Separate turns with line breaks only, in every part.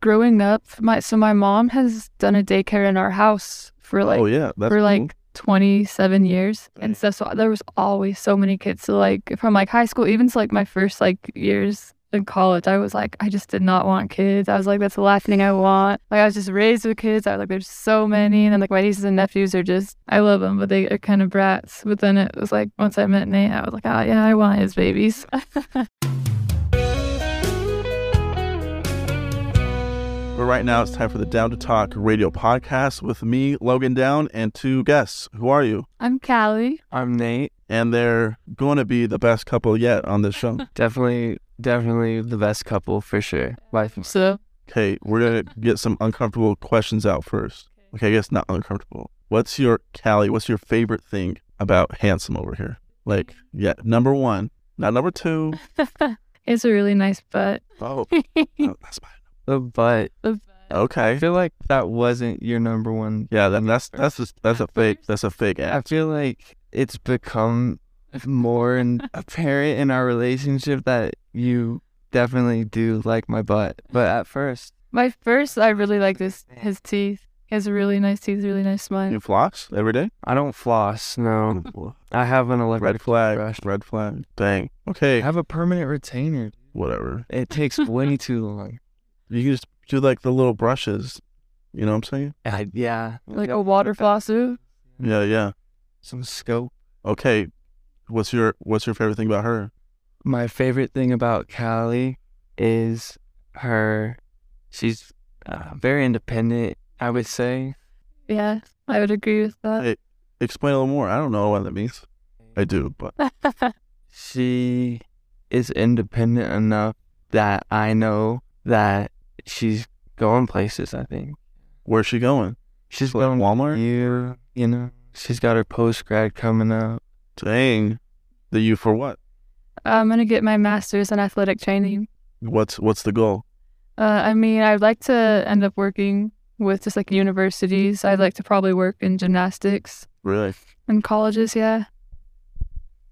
growing up, my so my mom has done a daycare in our house for like
oh yeah, that's
for
cool.
like 27 years
Dang.
and stuff. So there was always so many kids. So like from like high school, even to like my first like years in college, I was like, I just did not want kids. I was like, that's the last thing I want. Like I was just raised with kids. I was like, there's so many. And then like my nieces and nephews are just, I love them, but they are kind of brats. But then it was like once I met Nate, I was like, oh yeah, I want his babies.
But right now, it's time for the Down to Talk radio podcast with me, Logan Down, and two guests. Who are you?
I'm Callie.
I'm Nate.
And they're going to be the best couple yet on this show.
Definitely, definitely the best couple for sure. Life.
So
okay, we're going to get some uncomfortable questions out first. Okay, I guess not uncomfortable. What's your, Callie, what's your favorite thing about Handsome over here? Like, yeah, number one, not number two.
it's a really nice butt.
Oh, oh, that's fine.
The butt. I
Okay.
feel like that wasn't your number one.
Yeah, then that's that's just, that's a fake that's a fake
I
app.
feel like it's become more and apparent in our relationship that you definitely do like my butt. But at first,
My first, I really like this. His teeth. He has really nice teeth, really nice smile.
You floss every day?
I don't floss. No, I have an electric
Red flag.
brush.
Red flag. Dang.
I
Okay.
have a permanent retainer.
Whatever.
It takes way too long.
You can just do like the little brushes. You know what I'm saying?
I, yeah,
Like
oh.
a water flosser.
Yeah, yeah.
some scope.
Okay. What's your what's your favorite thing about her?
my favorite thing about Callie is her. She's uh, very independent, I would say.
Yeah, I would agree with that.
Explain a little more. I don't know what that means. I do, but
She is independent enough that I know that she's going places, I think.
where's she going?
She's
Like Mm,
going
Walmart?
you, you know. She's got her post grad coming up.
Dang. The you for what?
I'm gonna get my master's in athletic training.
What's what's the goal?
Uh, I mean, I'd like to end up working with just like universities. I'd like to probably work in gymnastics
Really?
in colleges. Yeah.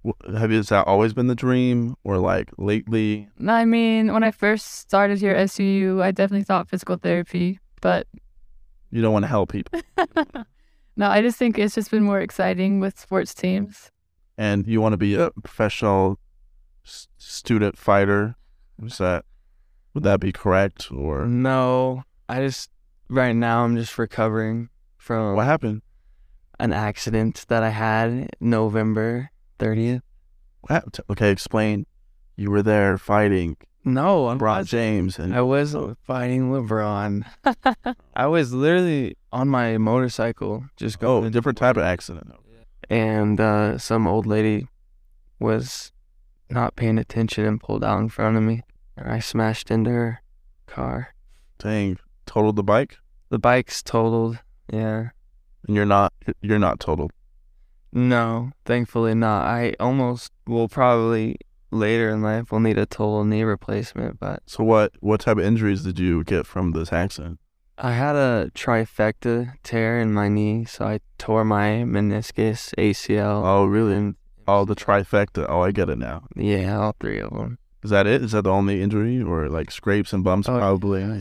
Wh- Have you has that always been the dream or like lately?
I mean, when I first started here at SUU, I definitely thought physical therapy, but
You don't want to help people
no, I just think it's just been more exciting with sports teams.
and you want to be a professional s- student fighter. Is that would that be correct
Mm.
or
No, I just, right now, I'm just recovering from
what happened?
an accident that I had November 30th.
What? Okay, explain. You were there fighting
No, I'm
Brock James, and
I was fighting LeBron. I was literally on my motorcycle, just
oh,
going,
a different type of accident.
and uh, some old lady was not paying attention and pulled out in front of me, and I smashed into her car.
Dang, totaled the bike,
The bike's totaled. Yeah,
and you're not you're not totaled.
no, thankfully not. I almost will probably later in life will need a total knee replacement, but
So what what type of injuries did you get from this accident?
I had a trifecta tear in my knee, so I tore my meniscus, ACL.
Oh, really?
and
Oh, the trifecta. Oh, I get it now.
Yeah, all three of them.
Is that it? Is that the only injury, or like scrapes and bumps?
Oh,
probably.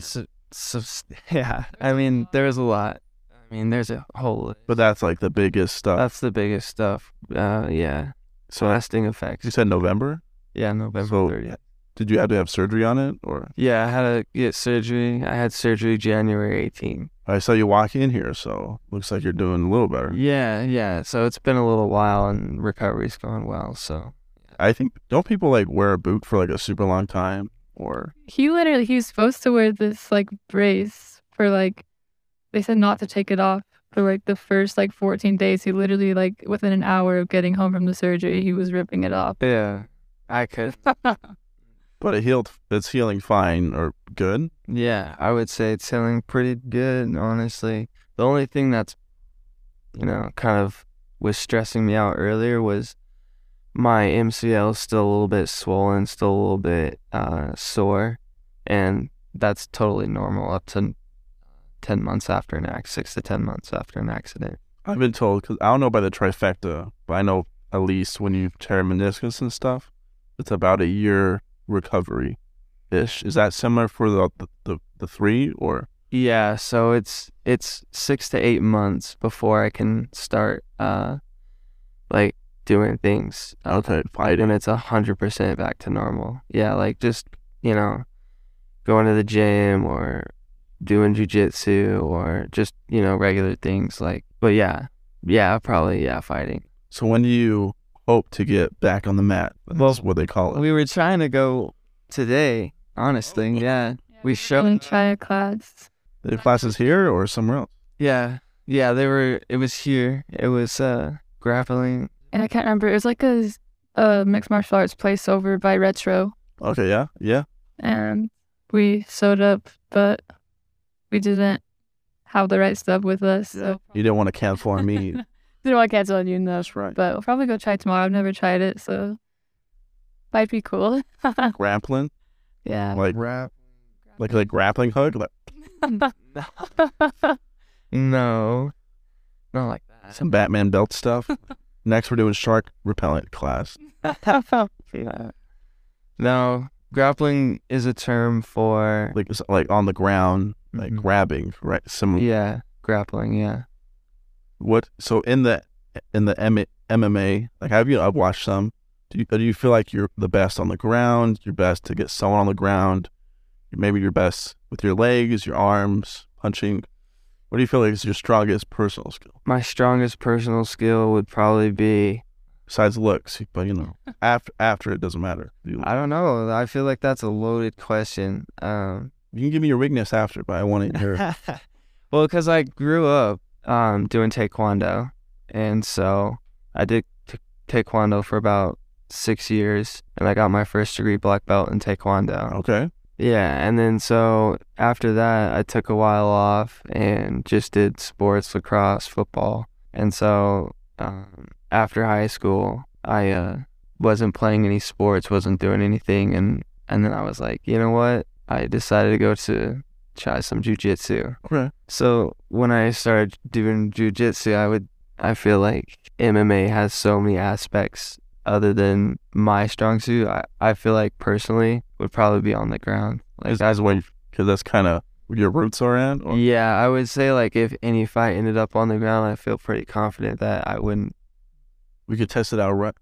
yeah, I mean, there's a lot. I mean, there's a whole. list.
But that's like the biggest stuff.
That's the biggest stuff. Uh, yeah,
so that's,
lasting
you
effects.
said November.
Yeah, November
So-
30th.
Did you have to have surgery on it, or
Yeah, I had to get surgery. I had surgery January 18th.
I saw you walk in here, so looks like you're doing a little better.
Yeah, yeah. So it's been a little while, and recovery's going well. So
I think don't people like wear a boot for like a super long time, or
He literally he was supposed to wear this like brace for like they said not to take it off for like the first like 14 days. He literally like within an hour of getting home from the surgery, he was ripping it off.
yeah, I could.
But it healed. It's healing fine or good.
Yeah, I would say it's selling pretty good, honestly. The only thing that's, you know, kind of was stressing me out earlier was my MCL still a little bit swollen, still a little bit uh, sore, and that's totally normal up to ten months after an accident, six to ten months after an accident.
I've been told because I don't know by the trifecta, but I know at least when you tear meniscus and stuff, it's about a year recovery. ish. Is that similar for the the, the, the three or
Yeah, so it's it's six to eight months before I can start uh like doing things. uh,
okay
and
fighting?
it's a hundred percent back to normal. Yeah, like just you know, going to the gym or doing jujitsu or just you know regular things like. But yeah, yeah, probably yeah, fighting.
So when do you hope to get back on the mat? That's
Well,
what they call it.
We were trying to go today, honestly. Yeah, we
in
showed.
China class.
the classes here or somewhere else?
Yeah, yeah, they were. It was here. It was uh grappling.
And I can't remember. It was like a, a mixed martial arts place over by Retro.
Okay, yeah, yeah.
And we showed up, but we didn't have the right stuff with us. So
You didn't want to cancel on me.
didn't want to cancel on you, no.
That's right.
But we'll probably go try tomorrow. I've never tried it, so might be cool.
Grappling,
yeah.
like
Rap.
like like grappling hook. Like,
No, not like that.
some Batman belt stuff. Next, we're doing shark repellent class.
No, grappling is a term for
Like it's like on the ground, like
Mhm.
grabbing, right? Some
yeah, grappling. Yeah,
what? So in the in the M- MMA, like have you? I've watched some. Do you, do you feel like you're the best on the ground? You're best to get someone on the ground. Maybe you're best with your legs, your arms, punching. What do you feel like is your strongest personal skill
my strongest personal skill would probably be
besides looks? But you know, after after it doesn't matter. You,
I don't know. I feel like that's a loaded question. Um,
you can give me your weakness after, but I want to hear.
well, because I grew up um, doing taekwondo, and so I did t- taekwondo for about six years, and I got my first degree black belt in taekwondo.
okay,
Yeah, and then so after that, I took a while off and just did sports, lacrosse, football. And so um, after high school, I uh, wasn't playing any sports, wasn't doing anything, and and then I was like, you know what? I decided to go to try some jujitsu.
okay.
So when I started doing jujitsu, I would I feel like MMA has so many aspects other than my strong suit. I, I feel like personally would probably be on the ground. Like
Is-
that's when
because that's kind of where your roots are at. Or,
yeah, I would say like if any fight ended up on the ground, I feel pretty confident that I wouldn't.
We could test it out. Right?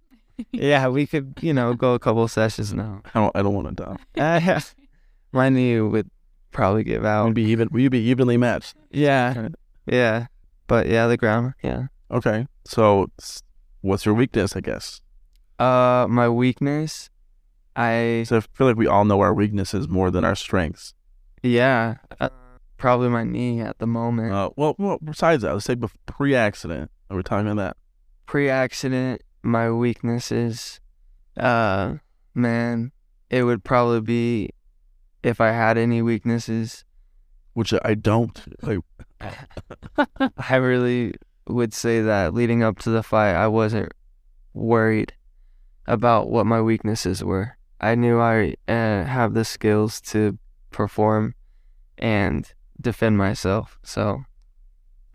Yeah, we could you know go a couple sessions now.
I don't. I don't want to die.
Uh, my knee would probably give
We'd
out.
be even. We'd be evenly matched.
Yeah, yeah, but yeah, the ground. Yeah.
Okay. So, s- what's your weakness? I guess.
Uh, my weakness, I
So I feel like we all know our weaknesses more than our strengths.
Yeah, uh, probably my knee at the moment.
Uh, well, well, besides that, let's say bef- pre-accident. Are we talking about
Pre-accident, my weaknesses. Uh, man, it would probably be if I had any weaknesses.
that? Which I don't. Like,
I really would say that leading up to the fight, I wasn't worried about what my weaknesses were. I knew I uh, have the skills to perform and defend myself. So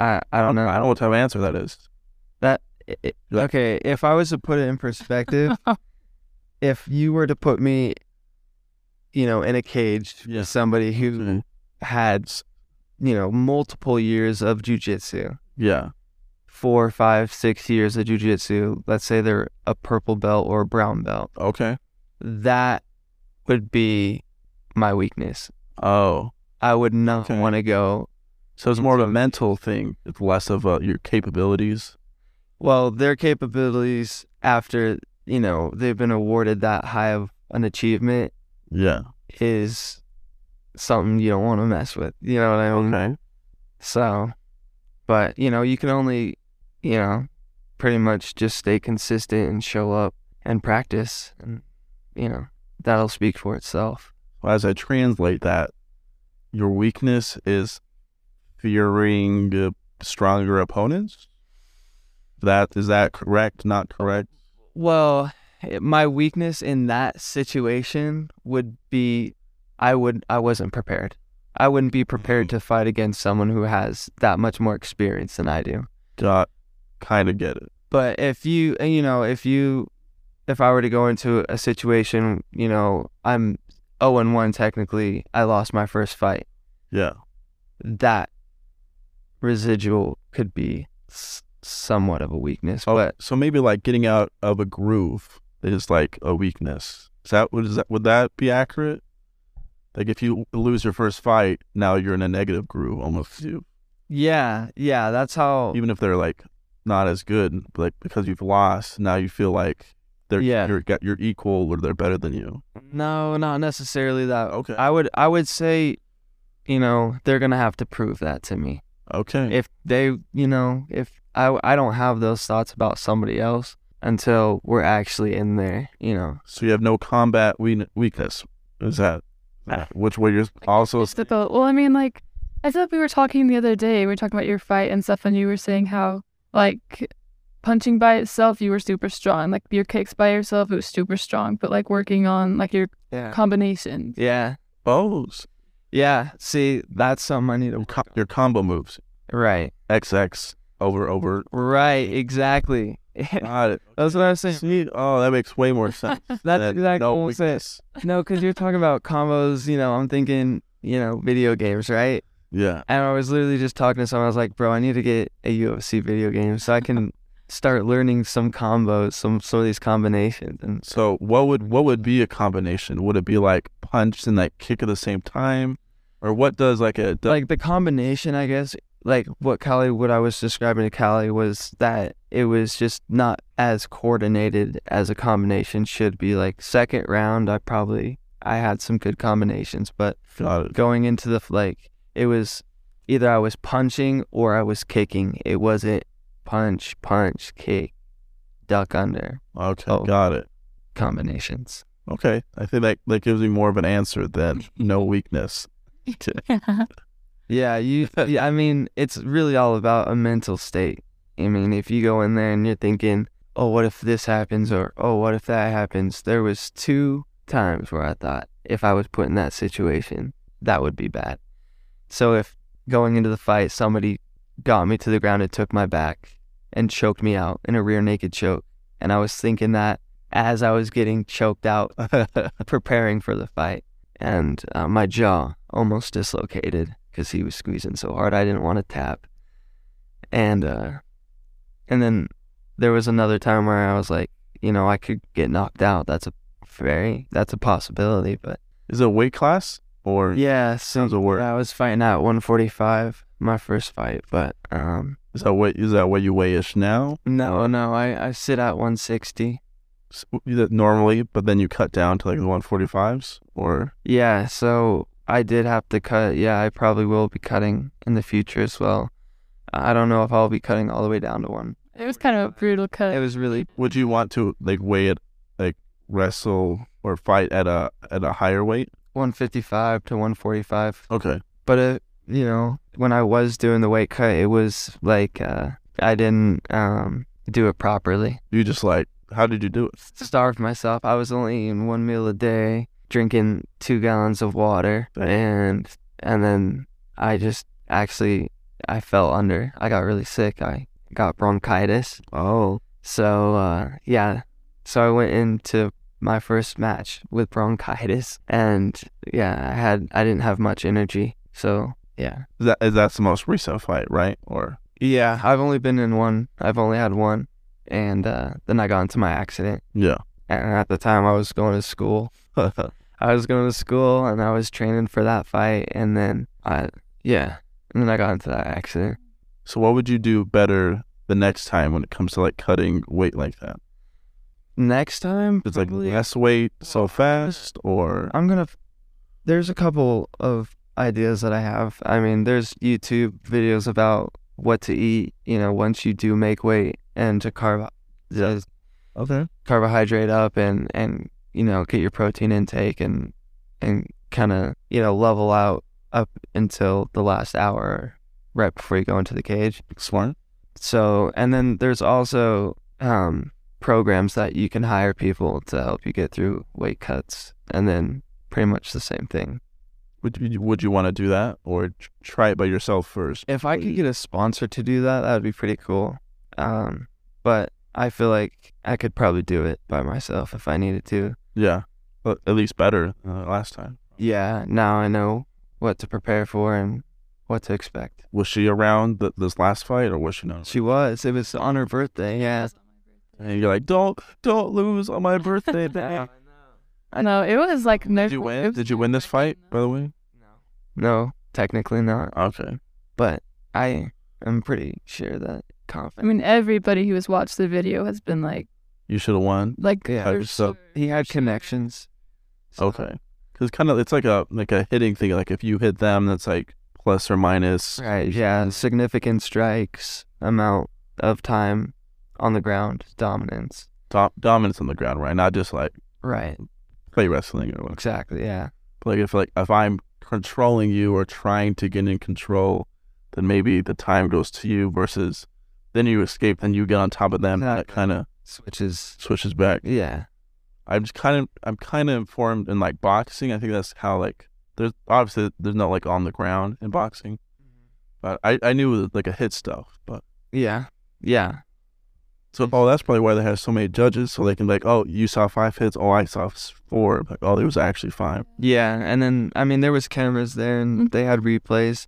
I I don't know.
I don't know what type of answer that is.
That i i-
Like-
okay? If I was to put it in perspective, if you were to put me, you know, in a cage
Yeah.
with somebody who
Mhm.
had, you know, multiple years of jujitsu,
Yeah.
four, five, six years of jujitsu. Let's say they're a purple belt or a brown belt.
Okay.
That would be my weakness.
Oh.
I would not
Okay.
want to go.
So it's more of a mental thing. It's less of uh, your capabilities.
Well, their capabilities after you know they've been awarded that high of an achievement
Yeah.
is something you don't want to mess with. You know what I mean?
Okay.
So, but you know, you can only, you know, pretty much just stay consistent and show up and practice, and you know, that'll speak for itself.
Well, as I translate that, your weakness is fearing uh, stronger opponents. That is that correct? Not correct?
Well, it- my weakness in that situation would be, I would, I wasn't prepared. I wouldn't be prepared to fight against someone who has that much more experience than I do.
Got kind of get it.
but if you and, you know if you if i were to go into a situation you know i'm 0 and 1 technically, I lost my first fight.
Yeah.
That residual could be s- somewhat of a weakness,
Oh,
but
so maybe like getting out of a groove is like a weakness. Is that would is that would that be accurate? Like if you lose your first fight, now you're in a negative groove almost. You-
yeah, yeah, that's how
Even if they're like not as good, like because you've lost, now you feel like they're
Yeah.
you're got- you're equal or they're better than you.
No, not necessarily that.
Okay.
I would I would say, you know, they're gonna have to prove that to me.
Okay.
If they, you know, if I I don't have those thoughts about somebody else until we're actually in there, you know.
so you have no combat we- weakness. Is that
Ah.
which way you're also
Just about- well, I mean, like, I thought we were talking the other day. We were talking about your fight and stuff, and you were saying how, like, punching by itself, you were super strong. Like, your kicks by yourself, it was super strong. But, like, working on, like, your
Yeah.
combinations.
Yeah.
bows
Yeah. See, that's something I need to
your, co- your combo moves
Right.
XX over over.
Right, exactly.
Got it.
that's what I was saying.
See, oh, that makes way more sense.
That's
That-
exactly
no,
what
we-
I'm saying. No, because you're talking about combos, you know, I'm thinking, you know, video games, right?
Yeah.
And I was literally just talking to someone. I was like, "Bro, I need to get a UFC video game so I can start learning some combos, some some of these combinations." And
So what would what would be a combination? Would it be like punch and like kick at the same time, or what does like a d-
like the combination, I guess, like what Callie, what I was describing to Callie was that it was just not as coordinated as a combination should be. Like second round, I probably I had some good combinations, but
got it?
going into the like it was either I was punching or I was kicking. It wasn't punch, punch, kick, duck under
Okay,
Oh.
got it.
combinations.
Okay, I think that that gives me more of an answer than no weakness.
Yeah, you. yeah, I mean, it's really all about a mental state. I mean, if you go in there and you're thinking, "Oh, what if this happens?" or "Oh, what if that happens?" There was two times where I thought, if I was put in that situation, that would be bad. So if going into the fight, somebody got me to the ground and took my back and choked me out in a rear naked choke, and I was thinking that as I was getting choked out, preparing for the fight, and uh, my jaw almost dislocated because he was squeezing so hard. I didn't want to tap, and uh, and then there was another time where I was like, you know, I could get knocked out. That's a very that's a possibility, but
Is it a weight class or
yeah, so
Sounds a word.
I was fighting at 145, my first fight, but um,
is that what is that what you weigh ish now?
no, no, I I sit at 160.
S- you- that Normally, but then you cut down to like the one forty fives or
Yeah, so I did have to cut. Yeah, I probably will be cutting in the future as well. I don't know if I'll be cutting all the way down to one.
It was kind of a brutal cut.
It was really
would you want to like weigh it like wrestle or fight at a at a higher weight?
155 to 145.
Okay,
But it, you know, when I was doing the weight cut, it was like uh, I didn't um, do it properly.
you just like how did you do it?
Starved myself. I was only eating one meal a day, drinking two gallons of water, and and then I just actually I fell under. I got really sick. I got bronchitis.
Oh,
So uh, yeah, so I went into my first match with bronchitis, and yeah, I had I didn't have much energy. So yeah,
Is that is that's the most recent fight, right? Or
yeah, I've only been in one. I've only had one, and uh, then I got into my accident.
yeah,
And at the time, I was going to school. I was going to school, and I was training for that fight, and then I yeah, and then I got into that accident.
so what would you do better the next time when it comes to like cutting weight like that?
Next time,
It's like
probably-
less weight so fast, or
I'm gonna. f- There's a couple of ideas that I have. I mean, there's YouTube videos about what to eat. You know, once you do make weight and to carb, uh,
okay,
carbohydrate up and and you know get your protein intake and and kind of you know level out up until the last hour right before you go into the cage.
smart.
So, and then there's also um, programs that you can hire people to help you get through weight cuts, and then pretty much the same thing.
Would you would you want to do that or tr- try it by yourself first?
If I could get a sponsor to do that, that would be pretty cool. Um, but I feel like I could probably do it by myself if I needed to.
Yeah, uh, at least better than the last time.
Yeah, now I know what to prepare for and what to expect.
Was she around th- this last fight, or was she not?
She was. It was on her birthday. Yeah.
And you're like, don't don't lose on my birthday. Dad."
I know it was like no.
Did you
it
win?
was
Did you win this fight? By the way.
No, technically not.
Okay.
But I am pretty sure that
I
confident.
mean, everybody who has watched the video has been like,
You should have won.
like,
Yeah,
for
so-
sure,
He had
for sure.
connections. so-
Okay. Because kind of it's like a like a hitting thing. Like if you hit them, that's like plus or minus.
Right. Yeah. Significant strikes, amount of time on the ground, dominance.
dom- dominance on the ground, right? Not just like
Right.
play wrestling or what.
Exactly. Yeah.
Like if like if I'm controlling you or trying to get in control, then maybe the time goes to you versus then you escape, then you get on top of them. That
Exactly.
kind of
Switches.
switches back.
Yeah.
I'm just kind of I'm kind of informed in like boxing. I think that's how like there's obviously there's not like on the ground in boxing, but I I knew like a hit stuff, but.
Yeah. Yeah.
So, oh, that's probably why they have so many judges, so they can be like, oh, you saw five hits, oh, I saw four. Like, oh, there was actually five.
Yeah. And then I mean there was cameras there
Mm-hmm.
and they had replays,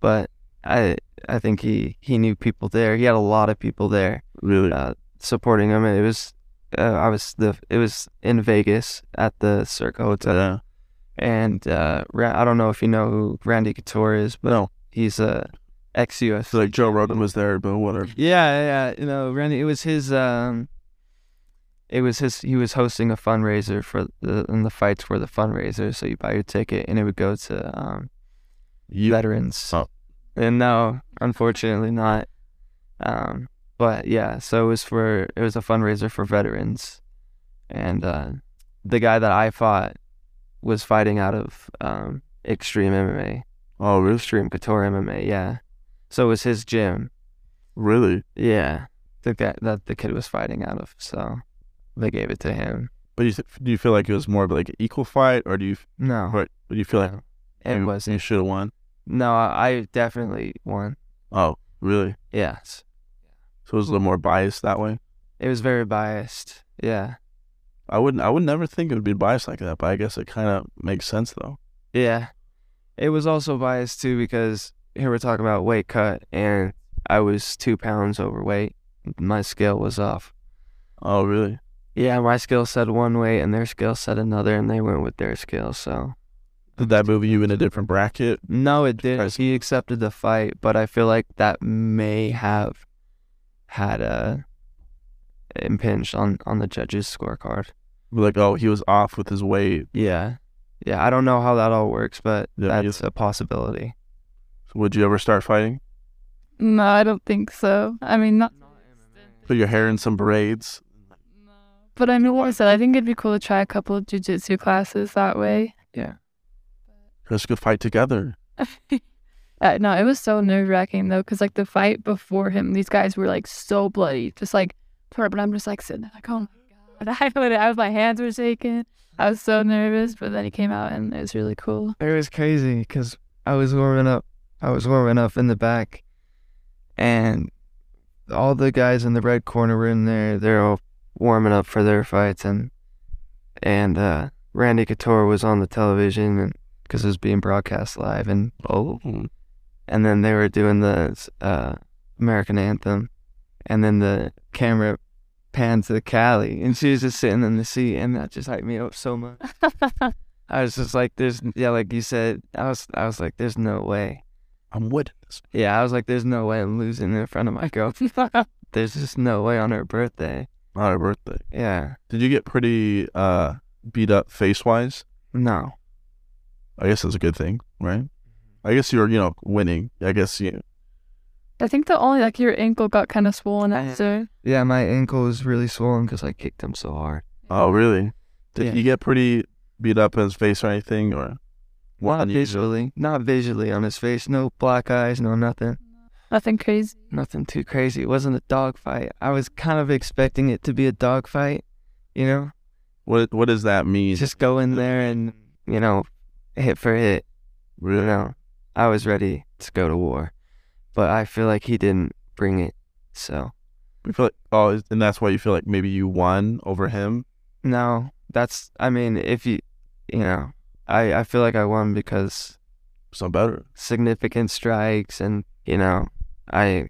but I I think he he knew people there. He had a lot of people there.
Really?
uh, supporting him. And it was uh, I was the it was in Vegas at the Circa Hotel,
Yeah.
and uh, Ra- I don't know if you know who Randy Couture is, but
No.
he's a ex UFC.
So, like, Joe Rogan was there, but whatever.
yeah, yeah, you know Randy. It was his um, it was his. He was hosting a fundraiser for the and the fights were the fundraiser. So you buy your ticket and it would go to um,
You,
veterans.
Oh.
And no, unfortunately not. Um, but yeah, so it was for it was a fundraiser for veterans, and uh, the guy that I fought was fighting out of um, Extreme MMA,
oh, really?
Extreme Couture MMA. Yeah, so it was his gym.
Really?
Yeah, the guy that the kid was fighting out of. So they gave it to him.
But you, th- do you feel like it was more of like an equal fight, or do you,
No,
or do you feel like
it
you, you
wasn't.
should have won?
No, I I definitely won.
Oh, really?
Yes,
So it was a little more biased that way.
it was very biased. Yeah.
I wouldn't. I would never think it would be biased like that, but I guess it kind of makes sense though.
Yeah. It was also biased too because here we're talking about weight cut and I was two pounds overweight. My scale was off.
Oh, really?
Yeah, my scale said one weight and their scale said another and they went with their scale, so
Did that move you in a different bracket?
no it didn't.
Surprised.
He accepted the fight, but I feel like that may have had a impinged on, on the judges scorecard.
Like, oh, he was off with his weight.
Yeah. Yeah, I don't know how that all works, but
Yeah, me
that's a possibility.
So would you ever start fighting?
No, I don't think so. I mean, not.
Put your hair in some braids.
But I mean, what I said, I think it'd be cool to try a couple of jujitsu classes that way.
Let's go fight together.
Uh, no, it was so nerve wracking though, because like the fight before him, these guys were like so bloody, just like tore up. And I'm just like sitting there, like, oh my God. I, literally- I was, my hands were shaking. I was so nervous, but then he came out and it was really cool.
It was crazy because I was warming up. I was warming up in the back, and all the guys in the red corner were in there. They're all warming up for their fights, and and uh, Randy Couture was on the television and because it was being broadcast live, and
Oh,
and then they were doing the uh, American anthem, and then the camera panned to Callie, and she was just sitting in the seat, and that just hyped me up so much. I was just like, "There's yeah," like you said. I was I was like, "There's no way."
I'm with this.
Yeah, I was like, "There's no way I'm losing in front of my girl." There's just no way on her birthday.
On her birthday.
Yeah,
Did you get pretty uh, beat up face wise?
no.
I guess that's a good thing, right?
Mm-hmm.
I guess you're, you know, winning. I guess you.
I think the only, like, your ankle got kind of swollen
I-
after.
Yeah, my ankle was really swollen because I kicked him so hard.
Oh, really? Did
Yeah.
you get pretty beat up in his face or anything? Or
Not
unusual?
visually, not visually on his face. No black eyes, no nothing.
Nothing crazy.
nothing too crazy. It wasn't a dog fight. I was kind of expecting it to be a dog fight, you know?
What What does that mean?
Just go in there and, you know, hit for hit. You
really?
know, I was ready to go to war, but I feel like he didn't bring it. So,
You feel like, oh, is- and that's why you feel like maybe you won over him.
no, that's I mean, if you you know, I I feel like I won because
Some better.
significant strikes and you know, I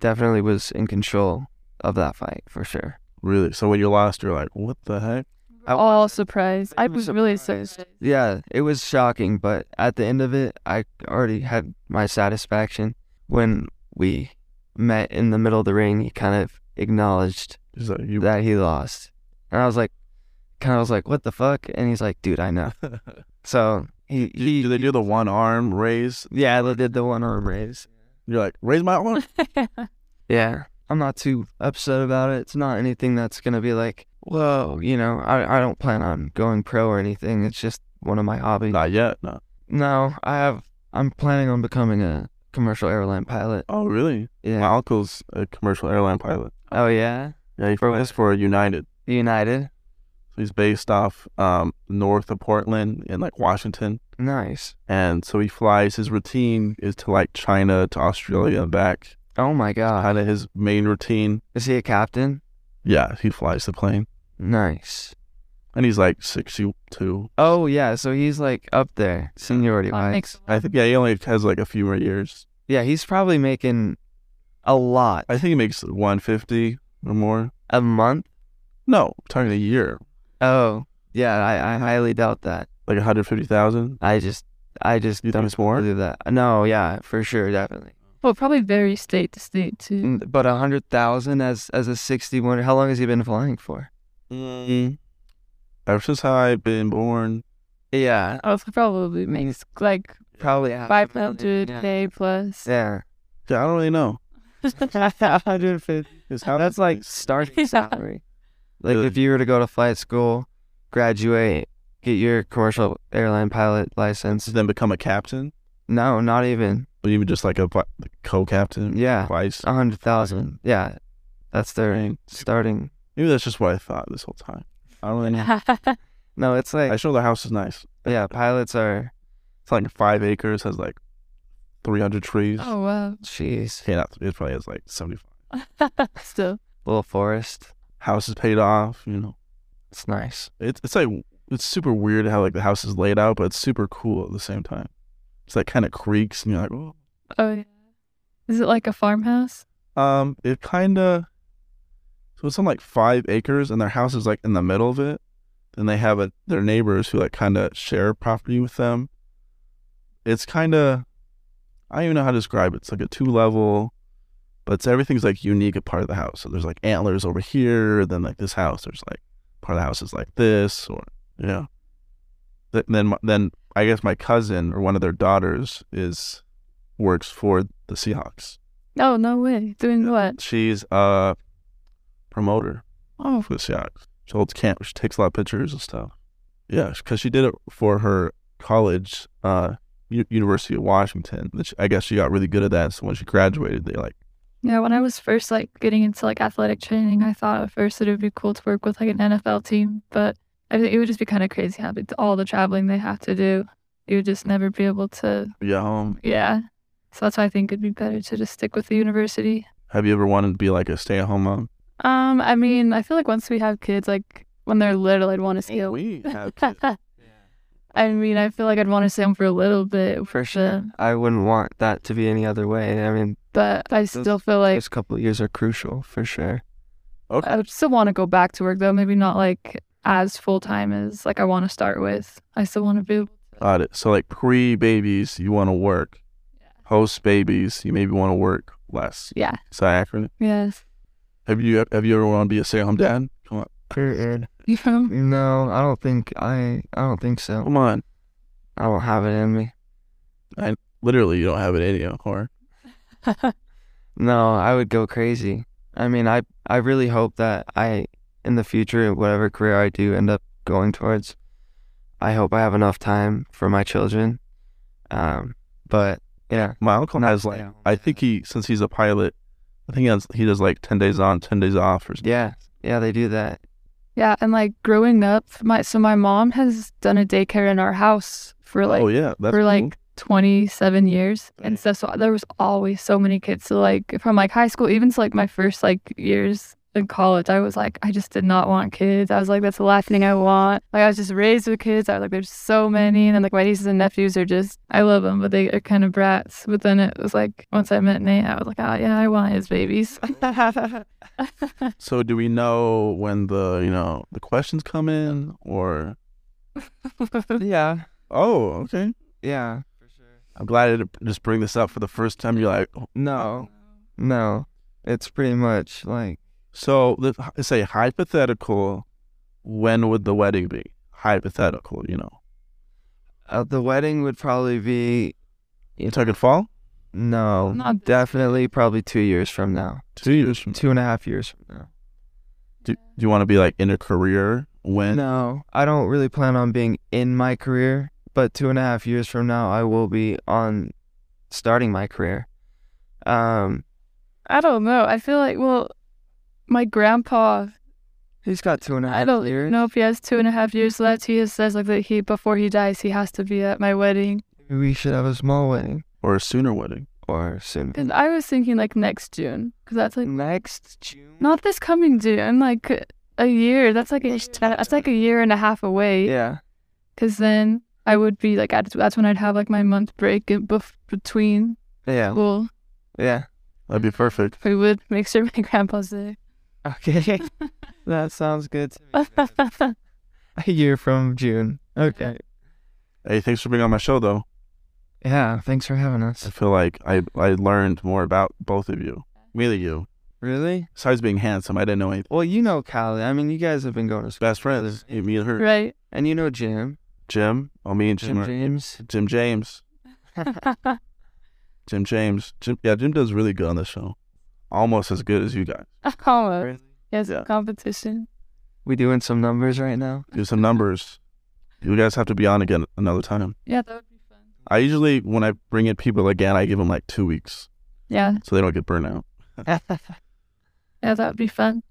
definitely was in control of that fight for sure.
Really. So when you lost, you're like, what the heck?
I-
all surprised. I
I'm
was really
surprised.
surprised.
Yeah, it was shocking, but at the end of it, I already had my satisfaction when we met in the middle of the ring. He kind of acknowledged
He's like, you.
that he lost, and I was like, kind of was like, what the fuck? And he's like, dude, I know. So he he
do they do the one arm raise?
yeah, they did the one arm raise.
You're like, raise my arm.
Yeah, I'm not too upset about it. It's not anything that's gonna be like, whoa, you know. I I don't plan on going pro or anything. It's just one of my hobbies.
Not yet. No.
No, I have. I'm planning on becoming a commercial airline pilot.
Oh, really?
Yeah.
My uncle's a commercial airline pilot.
Oh yeah.
Yeah, he
For what?
flies for United.
United.
So he's based off um, north of Portland in like Washington.
Nice.
And so he flies. His routine is to like China to Australia and back.
Oh my god.
Kind of his main routine.
Is he a captain?
Yeah, he flies the plane.
Nice.
And he's like 62.
Oh yeah. So he's like up there seniority
That
wise.
makes-
I think, yeah, he only has like a few more years.
Yeah, he's probably making a lot
I think he makes 150 or more.
a month.
No, I'm talking a year.
Oh yeah. I, I highly doubt that.
Like 150,000.
I just I just
You think
don't
it's more?
believe that. No. Yeah. For sure. Definitely.
well, probably very state to state too.
Mm, But a hundred thousand as as a sixty one. How long has he been flying for?
Mm. Ever since I've been born,
Yeah.
I was probably makes like
Probably half a
five
million,
hundred
yeah.
k plus.
Yeah.
yeah, I don't really know.
hundred fifty.
It's how-
That's like starting
Yeah.
salary. Like
Really?
if you were to go to flight school, graduate, get your commercial airline pilot license.
then become a captain,
No, not even.
but even just like a vi- co-captain,
Yeah,
vice.
a hundred thousand. Yeah, that's their
Dang.
starting.
Maybe that's just what I thought this whole time. I don't really know.
No, it's
I
like
show the house is nice.
yeah, pilots are.
It's like five acres, has like 300 trees.
oh wow.
Jeez,
Okay, not, it probably has like 75.
Still.
little forest.
House is paid off, you know.
It's nice.
It's it's like, it's super weird how like the house is laid out, but it's super cool at the same time. It's like kind of creaks and you're like, oh.
Oh yeah. Is it like a farmhouse?
Um, it kind of, so it's on like five acres and their house is like in the middle of it. Then they have a, their neighbors who like kind of share property with them. It's kind of, I don't even know how to describe it. It's like a two level, but it's, everything's like unique a part of the house. So there's like antlers over here. Then like this house, there's like part of the house is like this or, yeah. Th- Then, my- then I guess my cousin or one of their daughters is, works for the Seahawks.
No, Oh, no way. Doing what?
She's a promoter
Oh,
for the Seahawks. She holds camp. She takes a lot of pictures and stuff. Yeah, because she did it for her college, uh, U- University of Washington. Which I guess she got really good at that. So when she graduated, they like,
Yeah, when I was first like getting into like athletic training, I thought at first that it would be cool to work with like an NFL team, but I think it would just be kind of crazy how big- all the traveling they have to do. You would just never be able to,
yeah. Um,
yeah. So that's why I think it'd be better to just stick with the university.
have you ever wanted to be like a stay-at-home mom?
Um, I mean, I feel like once we have kids, like when they're little, I'd want to see them.
We have. kids.
I mean, I feel like I'd want to see them for a little bit,
For
for
sure.
sure.
I wouldn't want that to be any other way. I mean,
But I still feel like
those couple years are crucial for sure.
I would still want to go back to work though, maybe not like as full time as like I want to start with. I still want to be.
Uh,
Got it. So like pre-babies, you want to work. Post babies, you maybe want to work less.
Yeah.
Is that accurate?
Yes.
Have you have you ever wanted to be a stay-at-home dad? Come on,
Period.
You know?
No, I don't think I. I don't think so.
come on.
I don't have it in me.
Literally, you don't have an idiom or
No, I would go crazy. I mean, I I really hope that I in the future, whatever career I do end up going towards, I hope I have enough time for my children. Um, but yeah,
My uncle
Not
has
stay
like
at home,
I
yeah.
think he since he's a pilot, I think he has he does like ten days on, ten days off or something.
yeah, yeah, they do that.
Yeah, and like growing up, my so my mom has done a daycare in our house for like
oh yeah, that's
for
cool.
like 27 years
Dang.
and stuff. So there was always so many kids. So like from like high school, even to like my first like years in college, I was like, I just did not want kids. I was like, that's the last thing I want. Like, I was just raised with kids. I was like, there's so many. And then, like, my nieces and nephews are just, I love them, but they are kind of brats. But then it was like, once I met Nate, I was like, oh, yeah, I want his babies.
So do we know when the you know the questions come in or?
Yeah.
Oh, okay.
Yeah. For sure.
I'm glad I didn't just bring this up for the first time. You're like, oh.
No. No. It's pretty much like
so let's h- say hypothetical. When would the wedding be? Hypothetical, you know.
uh, the wedding would probably be
You talking fall?
no,
Not-
definitely probably two years from now,
Two years from.
two and a half years from now.
Do, do you want to be like in a career when?
No, I don't really plan on being in my career, but two and a half years from now, I will be on starting my career. Um,
I don't know. I feel like, well, my grandpa,
he's got two and a half
I don't
years.
know if he has two and a half years left. He just says, like, that he, before he dies, he has to be at my wedding.
Maybe we should have a small wedding
Or a sooner wedding?
or soon.
Because I was thinking, like, next June, because that's like,
Next June.
Not this coming June, like a year. That's like a, that's like a year and a half away.
Yeah.
Cause then I would be like, at, that's when I'd have like my month break in bef- between
Yeah.
school.
Yeah.
That'd be perfect.
We would make sure my grandpa's there.
Okay. that sounds good. To me. a year from June. Okay.
Hey, thanks for being on my show, though.
Yeah. Thanks for having us.
I feel like I I learned more about both of you, really you.
Really?
Besides being handsome, I didn't know anything.
Well, you know Callie. I mean, you guys have been going to school.
Best friends, you, me and her,
right.
And you know Jim.
Jim. Oh, me and Jim.
Jim
are-
James.
Jim James. Jim James. Jim, yeah, Jim does really good on this show. Almost as good as you guys.
Almost. Yes,
Yeah.
competition.
We doing some numbers right now.
Do some numbers. You guys have to be on again another time.
Yeah, that would be fun.
I usually, when I bring in people again, I give them like two weeks
Yeah,
so they don't get burnt out.
yeah, that would be fun.